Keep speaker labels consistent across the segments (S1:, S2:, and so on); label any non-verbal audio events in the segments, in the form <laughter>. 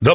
S1: The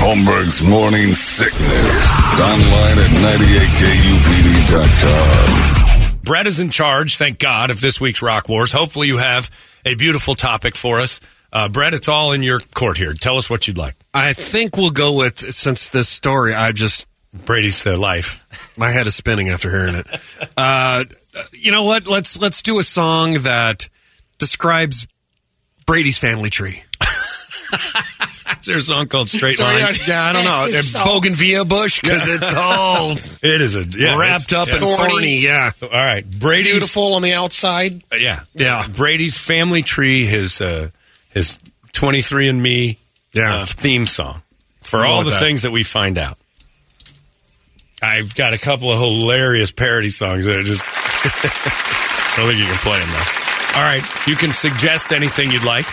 S2: Holmberg's Morning Sickness. Online at 98kupd.com.
S3: Brett is in charge, thank God, of this week's Rock Wars. Hopefully, you have a beautiful topic for us. Uh, Brett, it's all in your court here. Tell us what you'd like.
S4: I think we'll go with since this story. I just
S3: Brady's uh, life.
S4: my head is spinning after hearing it. Uh, you know what? Let's let's do a song that describes Brady's family tree.
S3: Is there a song called Straight Lines?
S4: Yeah,
S5: <laughs>
S4: I don't know.
S5: It's a song.
S4: Bougainvillea bush because it's
S3: <laughs>
S4: all
S3: It is a yeah,
S4: wrapped
S3: it's-
S4: up and
S5: Thorny.
S4: thorny. Yeah,
S3: All right, Brady's
S5: beautiful on the outside.
S3: Yeah,
S4: Yeah.
S3: Brady's family tree. His uh, his twenty three and Me
S4: Yeah.
S3: uh, theme song for
S4: Go
S3: all
S4: with
S3: the
S4: that.
S3: things that we find out. I've got a couple of hilarious parody songs that are just. <laughs> I don't think you can play them though. All right, you can suggest anything you'd like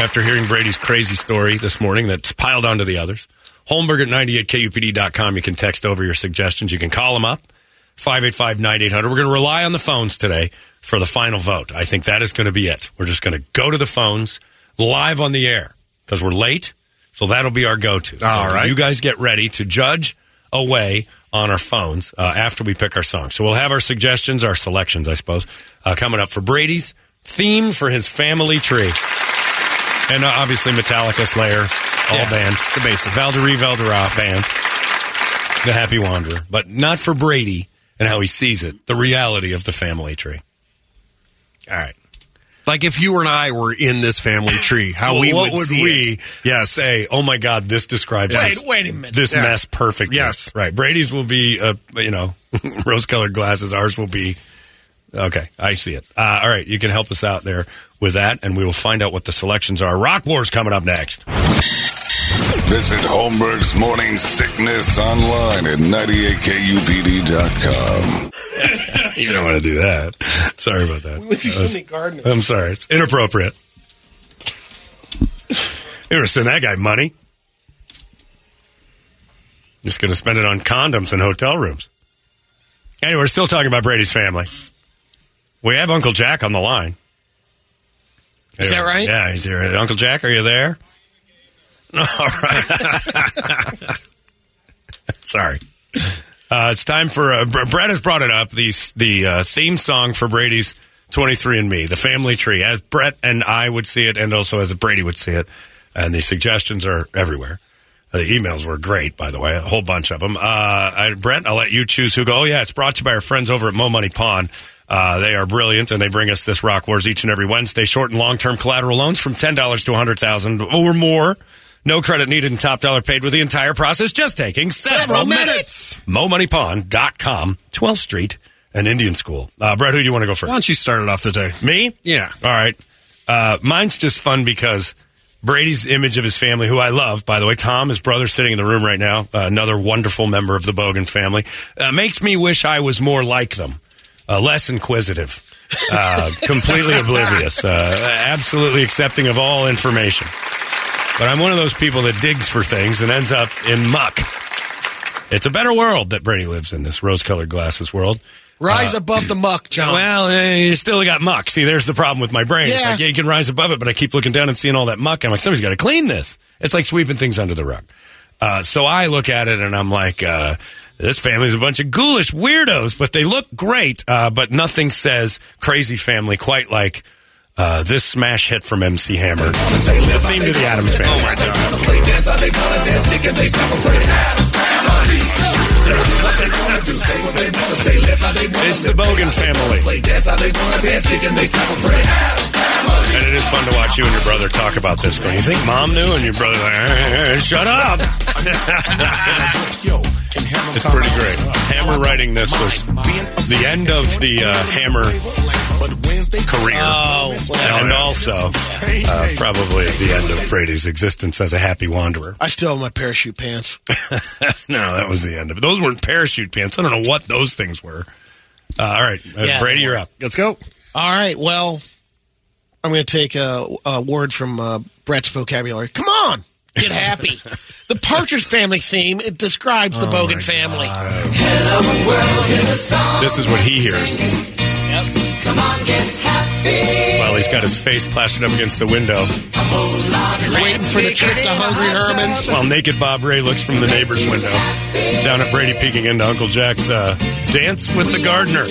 S3: after hearing Brady's crazy story this morning that's piled onto the others. Holmberg at 98kupd.com. You can text over your suggestions. You can call them up, 585-9800. We're going to rely on the phones today for the final vote. I think that is going to be it. We're just going to go to the phones live on the air because we're late. So that'll be our go-to.
S4: All
S3: So
S4: right.
S3: You guys get ready to judge away on our phones uh, after we pick our song. So we'll have our suggestions, our selections, I suppose, uh, coming up for Brady's theme for his family tree. And uh, obviously Metallica, Slayer, all
S4: Yeah,
S3: band. The basics. Valderie Valderra band. The Happy Wanderer. But not for Brady and how he sees it. The reality of the family tree. All right.
S4: like if you and I were in this family tree, how
S3: Well,
S4: we
S3: what would,
S4: see
S3: we
S4: it. Yes.
S3: say, oh my God, this describes
S4: Wait,
S3: this,
S5: wait a minute.
S3: this
S4: Yeah.
S3: mess perfectly.
S4: Yes.
S3: Right. Brady's will be, uh, you know, <laughs> rose colored glasses. Ours will be, okay, I see it. Uh, all right. You can help us out there with that, and we will find out what the selections are. Rock Wars coming up next.
S2: Visit Holmberg's Morning Sickness online at 98kupd.com.
S3: <laughs> You don't want to do that. Sorry about that.
S5: With
S3: That was-
S5: Jimmy Gardner.
S3: I'm sorry. It's inappropriate. You ever send that guy money? Just going to spend it on condoms and hotel rooms. Anyway, we're still talking about Brady's family. We have Uncle Jack on the line.
S5: Is that right?
S3: Yeah, he's here. Uncle Jack, are you there? <laughs> All right. <laughs> Sorry. Uh, it's time for uh, Br- Brett has brought it up the the uh, theme song for Brady's 23 and Me, the family tree, as Brett and I would see it, and also as Brady would see it. And the suggestions are everywhere. The emails were great, by the way, a whole bunch of them. Uh, I, Brett, I'll let you choose who go. Oh yeah, it's brought to you by our friends over at Mo Money Pawn. Uh, they are brilliant, and they bring us this Rock Wars each and every Wednesday. Short and long term collateral loans from ten dollars to one hundred thousand or more. No credit needed and top dollar paid with the entire process just taking several,
S5: Several
S3: minutes. MoMoneyPawn.com, 12th Street and Indian School. Uh, Brett, who do you want to go first?
S4: why don't you start it off today?
S3: Me?
S4: Yeah.
S3: All right. Uh, mine's just fun because Brady's image of his family, who I love, by the way, Tom, his brother, sitting in the room right now, uh, another wonderful member of the Bogan family, uh, makes me wish I was more like them, uh, less inquisitive, uh, completely oblivious, uh, absolutely accepting of all information. But I'm one of those people that digs for things and ends up in muck. It's a better world that Brady lives in, this rose colored glasses world.
S5: Rise above the muck, John.
S3: Uh, Well, eh, you still got muck. See, there's the problem with my brain. It's
S5: Yeah.
S3: like, yeah, you can rise above it, but I keep looking down and seeing all that muck. I'm like, somebody's got to clean this. It's like sweeping things under the rug. Uh, so I look at it and I'm like, uh, this family's a bunch of ghoulish weirdos, but they look great. Uh, but nothing says crazy family quite like uh, this smash hit from MC Hammer. The theme to the Adams family.
S4: Oh my god.
S6: Play dance, how they gonna dance, chicken, they stop and play Adam Family.
S3: It's the Bogan family. And it is fun to watch you and your brother talk about this. Going, you think mom knew? And your brother's like, "Eh, eh, eh, shut up. it's pretty great. Hammer writing this was the end of the uh, Hammer career. and also uh, probably the end of Brady's existence as a happy wanderer. <laughs>
S5: I still have my parachute pants.
S3: No, that was the end of it. Those weren't parachute pants. I don't know what those things were. Uh, all right, uh,
S5: Yeah.
S3: Brady, you're up.
S4: Let's go.
S5: All right. Well, I'm going to take a, a word from uh, Brett's vocabulary. Come on. Get <laughs> happy. the Partridge Family theme it describes the Bogan family.
S3: This is what he hears. Yep. Come on, get happy. Well, he's got his face plastered up against the window.
S5: Waiting for the trip to Hungry Herman's.
S3: While naked Bob Ray looks from the neighbor's window down at Brady peeking into Uncle Jack's uh, dance with the gardener.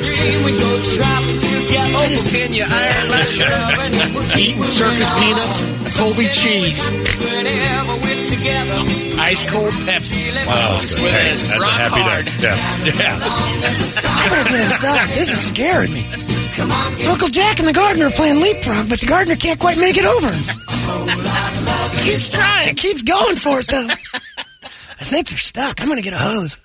S5: Eating circus peanuts, Colby cheese, ice cold Pepsi. Wow,
S3: Hey, Oh, that's a happy day. Yeah. yeah.
S6: I better play inside. This is scaring me. Uncle Jack and the gardener are playing leapfrog, but the gardener can't quite make it over. keeps trying, keeps going for it though. I think they're stuck. I'm gonna get a hose.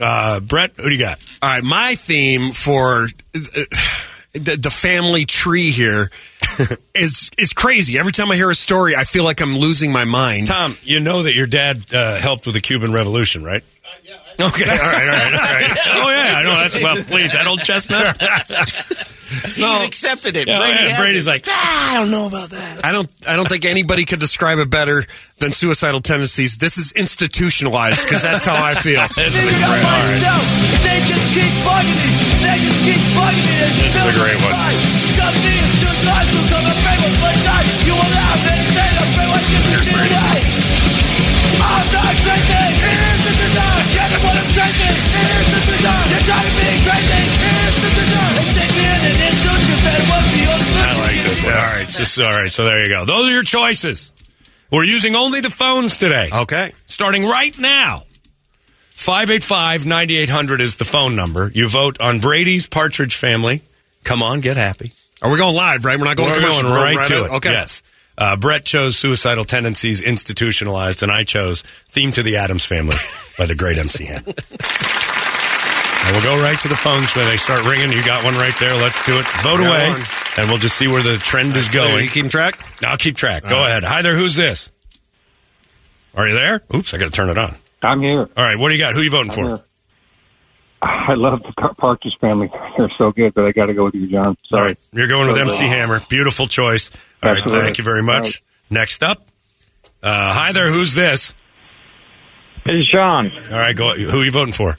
S3: Uh, Brett, who do you got?
S4: All right, my theme for uh, the, the family
S3: <laughs>
S4: tree here is it's crazy. Every time I hear a story, I feel like I'm losing my mind.
S3: Tom, you know that your dad uh, helped with the Cuban Revolution, right? <laughs> Okay, all right, all right, all right. <laughs> Oh yeah, I know that's well. Please, that old <laughs> chestnut.
S5: He's accepted it.
S3: Yeah,
S5: Brady
S3: yeah,
S5: has
S3: Brady's
S5: it.
S3: like,
S6: Ah, I don't know about that.
S4: I don't. I don't think anybody could describe it better than suicidal tendencies. This is institutionalized because that's how I feel.
S3: <laughs>
S7: They just keep bugging me. They just keep bugging me.
S3: This is a great one.
S7: It's gonna be a suicide, so come and pray with my life. You will not understand the way I give you tonight. I'm not drinking. It is a desire. Get it what I'm drinking. It is a desire. You're trying to be crazy. It is a desire. They take me in an institution. Better what's the other
S3: I like this one. All right, just, all right. So there you go. Those are your choices. We're using only the phones today.
S4: Okay.
S3: starting right now. 585 9800 is the phone number. You vote on Brady's Partridge Family. Come on, get happy.
S4: Are we going live? Right? We're not going.
S3: We're
S4: commercial,
S3: going
S4: we're
S3: right, to
S4: on.
S3: it.
S4: Okay.
S3: Yes. Uh, Brett chose Suicidal Tendencies Institutionalized, and I chose Theme to the Adams Family by the great MC
S4: <laughs>
S3: Hammer. And we'll go right to the phones when they start ringing. You got one right there. Let's do it. Vote
S4: Got
S3: away,
S4: one.
S3: and we'll just see where the trend is
S4: Are
S3: going.
S4: you keeping track?
S3: I'll keep Oh, track. Go ahead. Hi there. Who's this? Are you there? Oops, I got to turn it on.
S8: I'm here.
S3: All right, what do you got? Who you voting for?
S8: here. I love the Par- Partridge family. <laughs> They're so good, but I got to go with you, John.
S3: All
S8: Sorry.
S3: right, you're going with MC Hammer. Beautiful choice. All right,
S8: Absolutely.
S3: thank you very
S8: All
S3: much.
S8: right.
S3: Next up, uh, hi there. Who's this?
S9: It's Sean.
S3: All right, go. Who you voting for?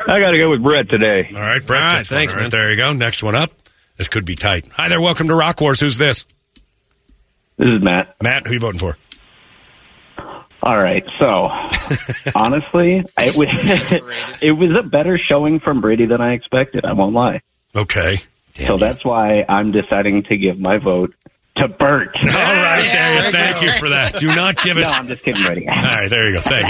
S9: I got to go with Brett today.
S3: All right, Brett.
S4: All right,
S3: gets one.
S4: thanks,
S3: All right,
S4: man.
S3: There you go. Next one up. This could be tight. Hi there. Welcome to Rock Wars. Who's this?
S9: This is Matt.
S3: Matt. Who you voting for?
S9: All right, <laughs> so honestly, it was <laughs> it was a better showing from Brady than I expected. I won't lie.
S3: Okay.
S9: so that's why I'm deciding to give my vote to Bert.
S3: <laughs> All
S9: no,
S3: right. there you- thank you for that. Do not give it. All
S9: I'm just kidding, Brady.
S3: right. There you go. Thank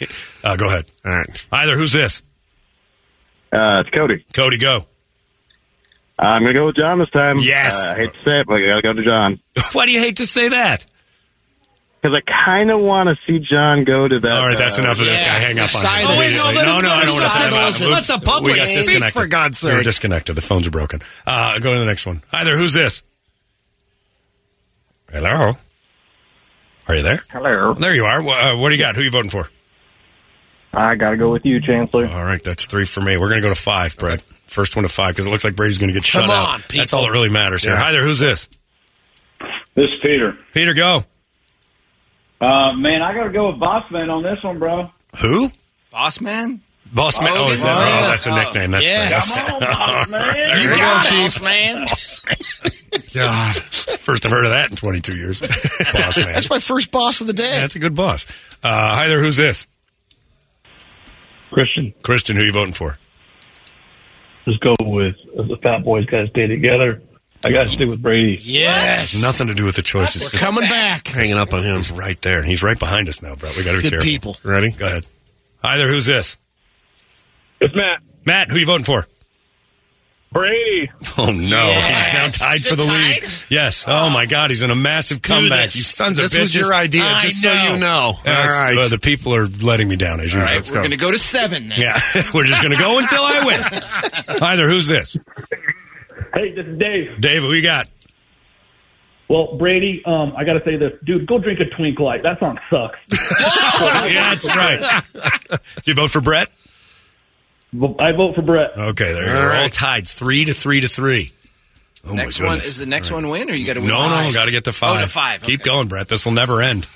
S3: you. <laughs> uh, go ahead.
S4: All right.
S3: Hi there. Who's this?
S9: <laughs> Uh, it's Cody.
S3: Cody. Go.
S9: I'm gonna go with John this time.
S3: Yes.
S9: Uh, I hate to say it, but I gotta go to John
S3: Why do you hate to say that?
S9: because I kind of want to see John go to that.
S3: All right, that's
S9: uh,
S3: enough of this
S5: yeah,
S3: guy. Hang up on
S5: excited.
S3: him.
S5: Oh, wait,
S4: no,
S3: immediately.
S4: let
S3: no,
S4: him
S3: no,
S4: go
S3: I don't want to
S4: decide.
S3: talk about it.
S4: Let
S3: Oops.
S4: the public
S3: we got
S4: speak,
S3: disconnected.
S4: for God's
S3: We were
S4: sake.
S3: disconnected. The phones are broken. Uh, go to the next one. Hi there. Who's this? Hello. Are you there?
S8: Hello.
S3: There you are. Wha- Uh, what do you got? Who you voting for?
S8: I got to go with you, Chancellor.
S3: All right, that's three for me. We're going to go to five, Brett. First one to five because it looks like Brady's going to get shut
S5: Come
S3: out.
S5: on,
S3: That's all that really matters here. Hi there. Who's this?
S8: This is Peter.
S3: Peter, go.
S8: Uh, man, I got to go with Bossman on this one, bro.
S3: Who?
S10: Boss man?
S3: Boss Man. Oh, is that?
S5: Bossman.
S3: Oh, that's a nickname. That's
S5: Yes.
S3: Come <laughs>
S5: You got it, boss man.
S3: God. First I've heard of that in 22 years.
S5: <laughs>
S3: boss man.
S5: That's my first boss of the day.
S3: Yeah, that's a good boss. Uh, hi there. Who's this?
S9: Christian,
S3: Christian, who you voting for?
S9: just go with the Fat Boys guys stay together.
S8: I got to stick with Brady.
S5: Yes.
S3: Nothing to do with the choices.
S5: We're coming back.
S3: Hanging up on him. He's right there. He's right behind us now, Brett. We got to be
S5: Good
S3: careful.
S5: people.
S3: Ready? Go ahead. Hi there. Who's this?
S8: It's Matt.
S3: Matt, who you voting for?
S8: Brady.
S3: Oh, no.
S5: Yes.
S3: He's now tied
S5: Is
S3: for
S5: it
S3: the lead.
S5: tied?
S3: Yes. Oh, my God. He's in a massive comeback.
S5: this.
S3: You sons
S4: This
S3: of bitches.
S4: was your idea,
S3: I
S4: just so you know.
S3: Oh, That's-
S4: All right.
S3: well, the people are letting me down, as usual.
S10: All right,
S3: Let's
S10: we're
S3: go.
S10: going to go to seven then.
S3: Yeah, we're just going to go until I win. Hi there. Who's this?
S8: Hey, this is Dave.
S3: Dave, who you got?
S8: Well, Brady, um, I got to say this. Dude, go drink a Twink Light. That song sucks.
S3: Yeah, that's right. <laughs> Do you vote for Brett?
S8: But I vote for Brett.
S3: Okay, there you go. We're all tied three to three to three. Oh,
S10: Next
S3: my
S10: one
S3: goodness.
S10: is the next one win, or you got to win?
S3: No, no,
S10: five?
S3: got to get to five.
S10: Oh, to five.
S3: Keep
S10: okay.
S3: going, Brett. This will never end.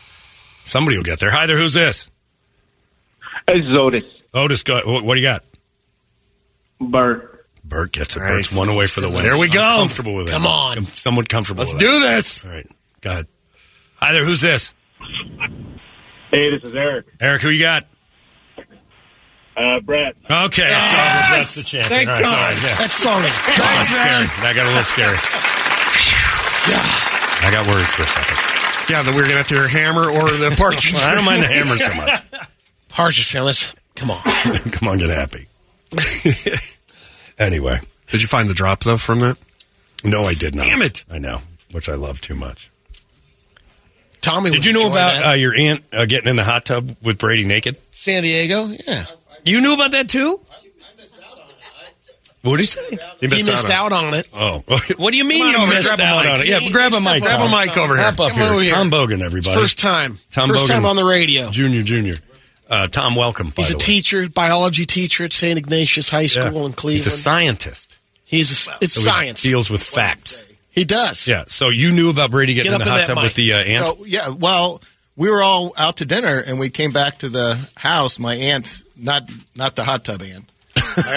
S3: Somebody will get there. Hi there. Who's this?
S9: Hey, Zotis.
S3: Otis, go, what, what do you got?
S9: Bert.
S3: Bert gets it.
S4: Nice.
S3: Bert's one away for the win.
S4: There we
S3: I'm
S4: go.
S3: comfortable with it.
S5: Come on.
S3: I'm somewhat comfortable
S4: Let's
S3: with that.
S4: do this.
S3: All right. Go ahead. Hi there. Who's this?
S8: Hey, this is Eric.
S3: Eric, who you got?
S8: Uh, Brett.
S3: Okay. That's,
S4: Yes!
S3: that's the champion.
S4: Thank
S3: All right, all
S4: God.
S3: right, yeah.
S5: That song is
S3: That got
S5: gone.
S3: scary. That got a little <laughs> scary. I got worried for a second.
S4: Yeah, that we're gonna have to hear hammer or the
S3: <laughs>
S4: parking.
S3: I don't mind the hammer so much.
S5: Harshest feelings. Come on.
S3: <laughs> Come on, get happy. anyway,
S4: Did you find the drop though from that?
S3: no, I did not.
S4: Damn it.
S3: I know, which I love too much.
S5: Tommy.
S3: Did
S5: would
S3: you know
S5: enjoy
S3: about
S5: that.
S3: uh, your aunt uh, getting in the hot tub with Brady naked?
S5: San Diego? Yeah.
S3: You knew about that too. What did he say?
S4: You
S5: He missed out on it.
S3: Oh, <laughs> what do you mean
S4: Come on
S3: you
S4: over here,
S3: missed
S4: grab a
S3: out
S4: mic.
S3: on it? Yeah,
S5: He-
S3: grab a
S5: he's
S3: mic.
S5: not
S4: Grab
S3: Tom.
S4: a mic over here.
S3: Hop up
S5: Come over
S3: here.
S5: here.
S3: Tom Bogan, everybody.
S5: First time.
S3: Tom
S5: First
S3: Bogan.
S5: time on the radio.
S3: junior, junior. Uh, Tom, welcome. by
S5: He's a
S3: the way.
S5: teacher, biology teacher at St. Ignatius High
S3: Yeah.
S5: School in Cleveland.
S3: He's a scientist.
S5: He's a, it's
S3: So he
S5: science.
S3: deals with facts.
S5: He does.
S3: Yeah. So you knew about Brady getting
S5: Get
S3: in
S5: up
S3: the
S5: in
S3: hot
S5: that
S3: tub
S5: mic.
S3: with the uh, aunt.
S10: So, yeah, well, we were all out to dinner, and we came back to the house. My aunt, not not the hot tub aunt, my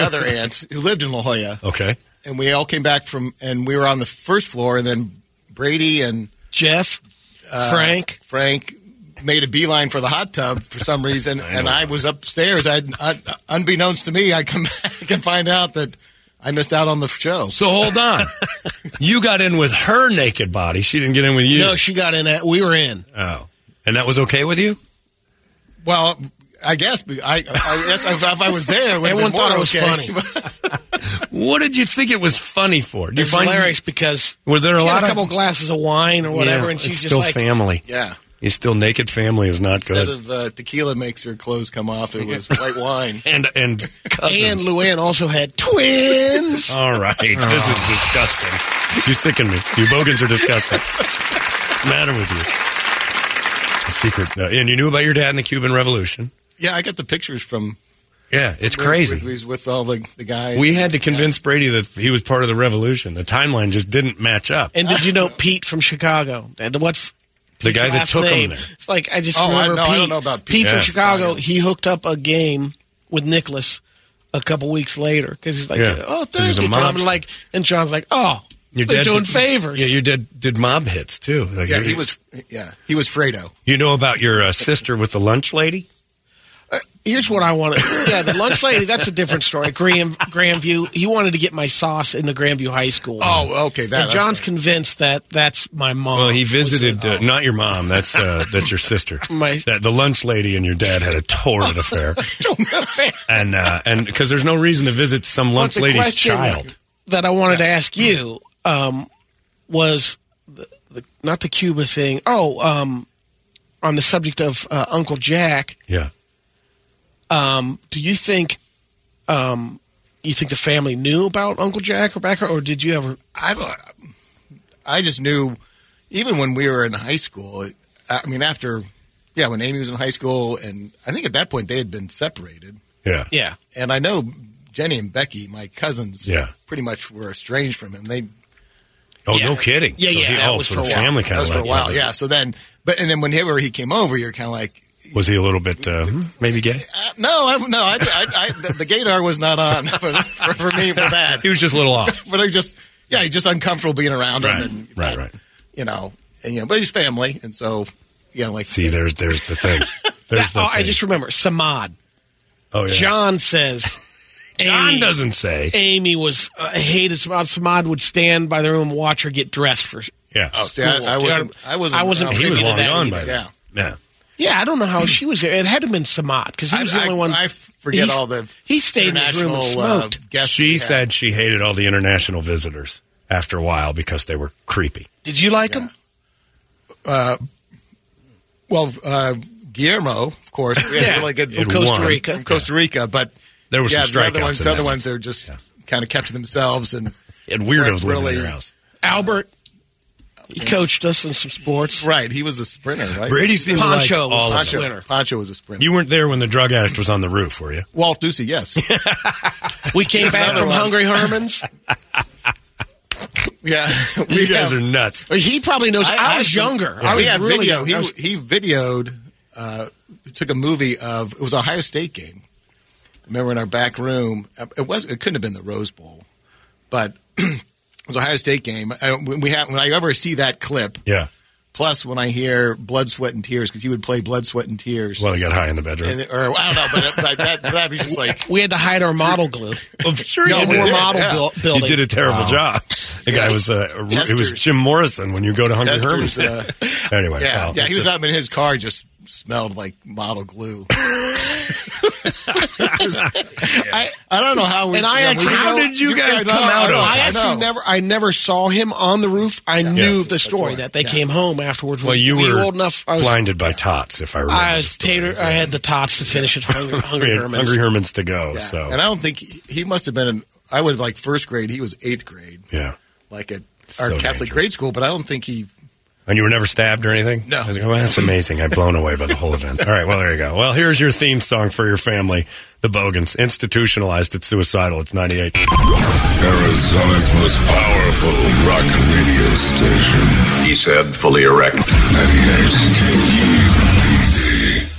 S5: <laughs>
S10: other aunt who lived in La Jolla,
S3: Okay.
S10: and we all came back from, and we were on the first floor, and then Brady and uh,
S5: Jeff, Frank.
S10: Frank made a beeline for the hot tub
S5: <laughs>
S10: for some reason, and I was upstairs. I, I, unbeknownst to me, I come <laughs> back and find out that I missed out on the show.
S3: So
S5: <laughs>
S3: hold on. you got in with her naked body. She didn't get in with you.
S5: No, she got in at. We were in.
S3: oh. And that was okay with you?
S10: Well, I guess be- I, I guess if, if I was there, it would have
S5: Everyone
S10: been more
S5: thought it was
S10: okay. <laughs>
S5: funny.
S3: What did you think it was funny for? Did you
S5: It's
S3: find
S5: hilarious because
S3: were there a
S5: she
S3: lot
S5: had a couple
S3: of
S5: glasses of wine or whatever,
S3: Yeah,
S5: and
S3: it's
S5: she's just
S3: still
S5: like,
S3: family.
S10: yeah.
S3: Your still naked family is not
S10: Instead
S3: good.
S10: of uh, tequila makes your clothes come off, it was white <laughs> wine.
S3: and and
S5: and
S3: cousins.
S5: Luann also had twins.
S3: All right, <laughs> this is disgusting. You sicken me. You bogans are disgusting. What's the matter with you? A secret. uh, and you knew about your dad in the Cuban Revolution.
S10: Yeah, I got the pictures from.
S3: Yeah, it's
S10: With,
S3: crazy.
S10: with, with all the, the guys.
S3: We had to convince Brady that he was part of the revolution. The timeline just didn't match up.
S5: and did you know Pete from Chicago? And what's
S3: The guy
S5: his
S3: that
S5: last
S3: took
S5: name?
S3: him there.
S5: It's like I just
S10: Oh, I-
S5: remember
S10: no, I
S5: Pete.
S10: don't know about Pete.
S5: from
S3: Yeah.
S5: Chicago. He hooked up a game with Nicholas a couple weeks later because he's like,
S3: Yeah.
S5: "Oh,
S3: He was
S5: thank
S3: a
S5: you, John."
S3: mobster.
S5: And like, and John's like, "Oh,
S3: Your
S5: they're
S3: dad
S5: doing
S3: did-
S5: favors."
S3: Yeah, your dad did mob hits too. Like,
S10: Yeah,
S3: you-
S10: he was. Yeah, he was Fredo.
S3: You know about your uh, sister with the lunch lady?
S5: Here's what I wanted. Yeah, the lunch lady. That's a different story. Graham, Grandview. He wanted to get my sauce into Grandview High School.
S10: Oh, okay, that-
S5: And John's convinced that that's my mom.
S3: Well,
S10: Oh,
S3: he
S5: was
S3: visited
S5: in-
S3: uh, not your mom. That's uh, that's your sister.
S5: My-
S3: that, the lunch lady and your dad had a torrid affair, and uh, and because there's no reason to visit some
S5: But
S3: lunch
S5: the
S3: lady's
S5: question
S3: child.
S5: That I wanted to ask you um, was the, the, not the Cuba thing. Oh, um, on the subject of uh, Uncle Jack,
S3: Yeah,
S5: um, do you think um, you think the family knew about Uncle Jack or Rebecca, or did you ever?
S10: I don't. I just knew, even when we were in high school. it- I mean, after, yeah, when Amy was in high school, and I think at that point they had been separated.
S3: yeah,
S5: Yeah.
S10: And I know Jenny and Becky, my cousins,
S3: Yeah.
S10: pretty much were estranged from him. They
S3: Oh,
S5: Yeah.
S3: no kidding.
S5: Yeah, yeah, that
S3: oh,
S5: was
S3: so
S5: for
S3: the
S5: a while.
S3: family kind
S10: that
S3: of
S10: was for a
S3: let you
S10: while,
S3: know.
S10: yeah. So then, but and then whenever he came over, you're kind of like,
S3: Was he a little bit uh, hmm, maybe gay?
S10: uh, no, I, no, I, I, I, the, the gaydar was not on <laughs> for, for, for me for that.
S3: He was just a little off.
S10: but I just, yeah, he's just uncomfortable being around
S3: <laughs> Right,
S10: him, and
S3: right, right.
S10: you know, and you know, but he's family, and so you know, like
S3: See, there's there's the thing.
S5: That-
S3: There's the
S5: oh, I
S3: thing.
S5: just remember Samad.
S3: oh yeah.
S5: John says
S3: John doesn't say.
S5: Amy was uh, hated Samad. Samad would stand by the room, and watch her get dressed for.
S3: Yeah.
S10: Oh, see, I- I
S5: dude.
S10: wasn't- I wasn't-
S5: I wasn't.
S10: He
S5: privy
S10: was
S5: to
S10: long
S5: that
S10: gone
S5: either.
S10: by then.
S3: Yeah.
S5: Yeah, I don't know how she was there. It had to have been Samad because he was the only one. I
S10: forget all the
S5: He stayed in his room and
S10: international, uh,
S5: smoked.
S3: she said she hated all the international visitors after a while because they were creepy.
S10: Did you like him? Uh, well, uh, Guillermo, of course. We had
S5: Yeah.
S10: a really good
S3: From It Costa won. Rica.
S10: From Costa Rica, but
S3: There were
S10: yeah,
S3: some
S10: the other
S3: strikeouts
S10: ones,
S3: in
S10: the other
S3: that.
S10: ones that were just kind of kept to themselves and
S3: and weirdos living in
S10: really
S3: their house.
S5: Albert. He coached us in some sports.
S10: Right, he was a sprinter. Right,
S3: Brady seemed to like
S5: Poncho was
S3: all of
S5: a
S3: them.
S5: sprinter.
S10: Poncho was a sprinter.
S3: You weren't there when the drug addict was on the roof, were you?
S10: Walt Ducey, yes,
S5: We came back
S10: another
S5: from
S10: one.
S5: Hungry Herman's.
S10: yeah.
S3: You guys are nuts.
S10: Oh,
S5: He probably knows. I, was younger. I was
S10: we had
S5: really
S10: video.
S5: young.
S10: He,
S5: I was-
S10: he videoed, uh, took a movie of it was an Ohio State game. Remember in our back room, uh, it was it couldn't have been the Rose Bowl, but <clears throat> it was an Ohio State game. I, when we have when I ever see that clip,
S3: Yeah.
S10: plus when I hear Blood, Sweat, and Tears because he would play Blood, Sweat, and Tears.
S3: Well, he got high in the bedroom. <laughs>
S10: and, or I don't know, but it, like, that that was just like
S5: we had to hide our model glue.
S3: Well, Oh, sure
S5: No,
S3: you
S5: we
S3: did.
S5: were model
S10: Yeah.
S5: buil- building.
S3: You did a terrible job. The guy was uh, a- it was
S10: Testers.
S3: Jim Morrison when you go to Hungry
S10: Testers, uh,
S3: Herman's. <laughs> anyway,
S10: yeah,
S3: well,
S10: yeah.
S3: Oh, that's
S10: He was
S3: it.
S10: up in his car, just smelled like model
S3: <laughs>
S10: glue. <laughs>
S5: I,
S10: I don't know how we.
S5: and I
S10: yeah, we-
S5: actually,
S3: How did you guys
S10: know,
S3: come
S10: I
S3: out of
S10: know,
S3: it?
S5: I
S10: I
S5: actually
S10: know.
S5: never, I never saw him on the roof. I knew
S3: Yeah.
S5: the story that they came home afterwards.
S3: Well, you
S5: We
S3: were
S5: old enough. I was,
S3: blinded by tots, if I remember.
S5: I
S3: the
S5: was
S3: story.
S5: tater. I had the tots to finish it. Hungry,
S3: We
S5: hungry
S3: had
S5: Herman's.
S3: Hungry Herman's to go.
S10: Yeah.
S3: So
S10: And I don't think he, he must have been. In, I would like first grade. He was eighth grade,
S3: yeah,
S10: like at
S3: So
S10: our Catholic
S3: dangerous.
S10: grade school. But I don't think he.
S3: and you were never stabbed or anything.
S10: No.
S3: I was like, well, that's amazing. I'm blown away by the whole event. All right, well there you go. Well, here's your theme song for your family, the Bogans. Institutionalized, it's suicidal. It's 98.
S2: Arizona's most powerful rock radio station. He said, fully erect. 98 KUPD.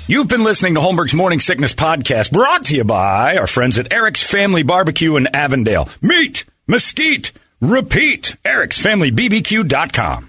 S1: You've been listening to Holmberg's Morning Sickness Podcast, brought to you by our friends at Eric's Family Barbecue in Avondale. Meet, mesquite, repeat, ericsfamilybbq.com.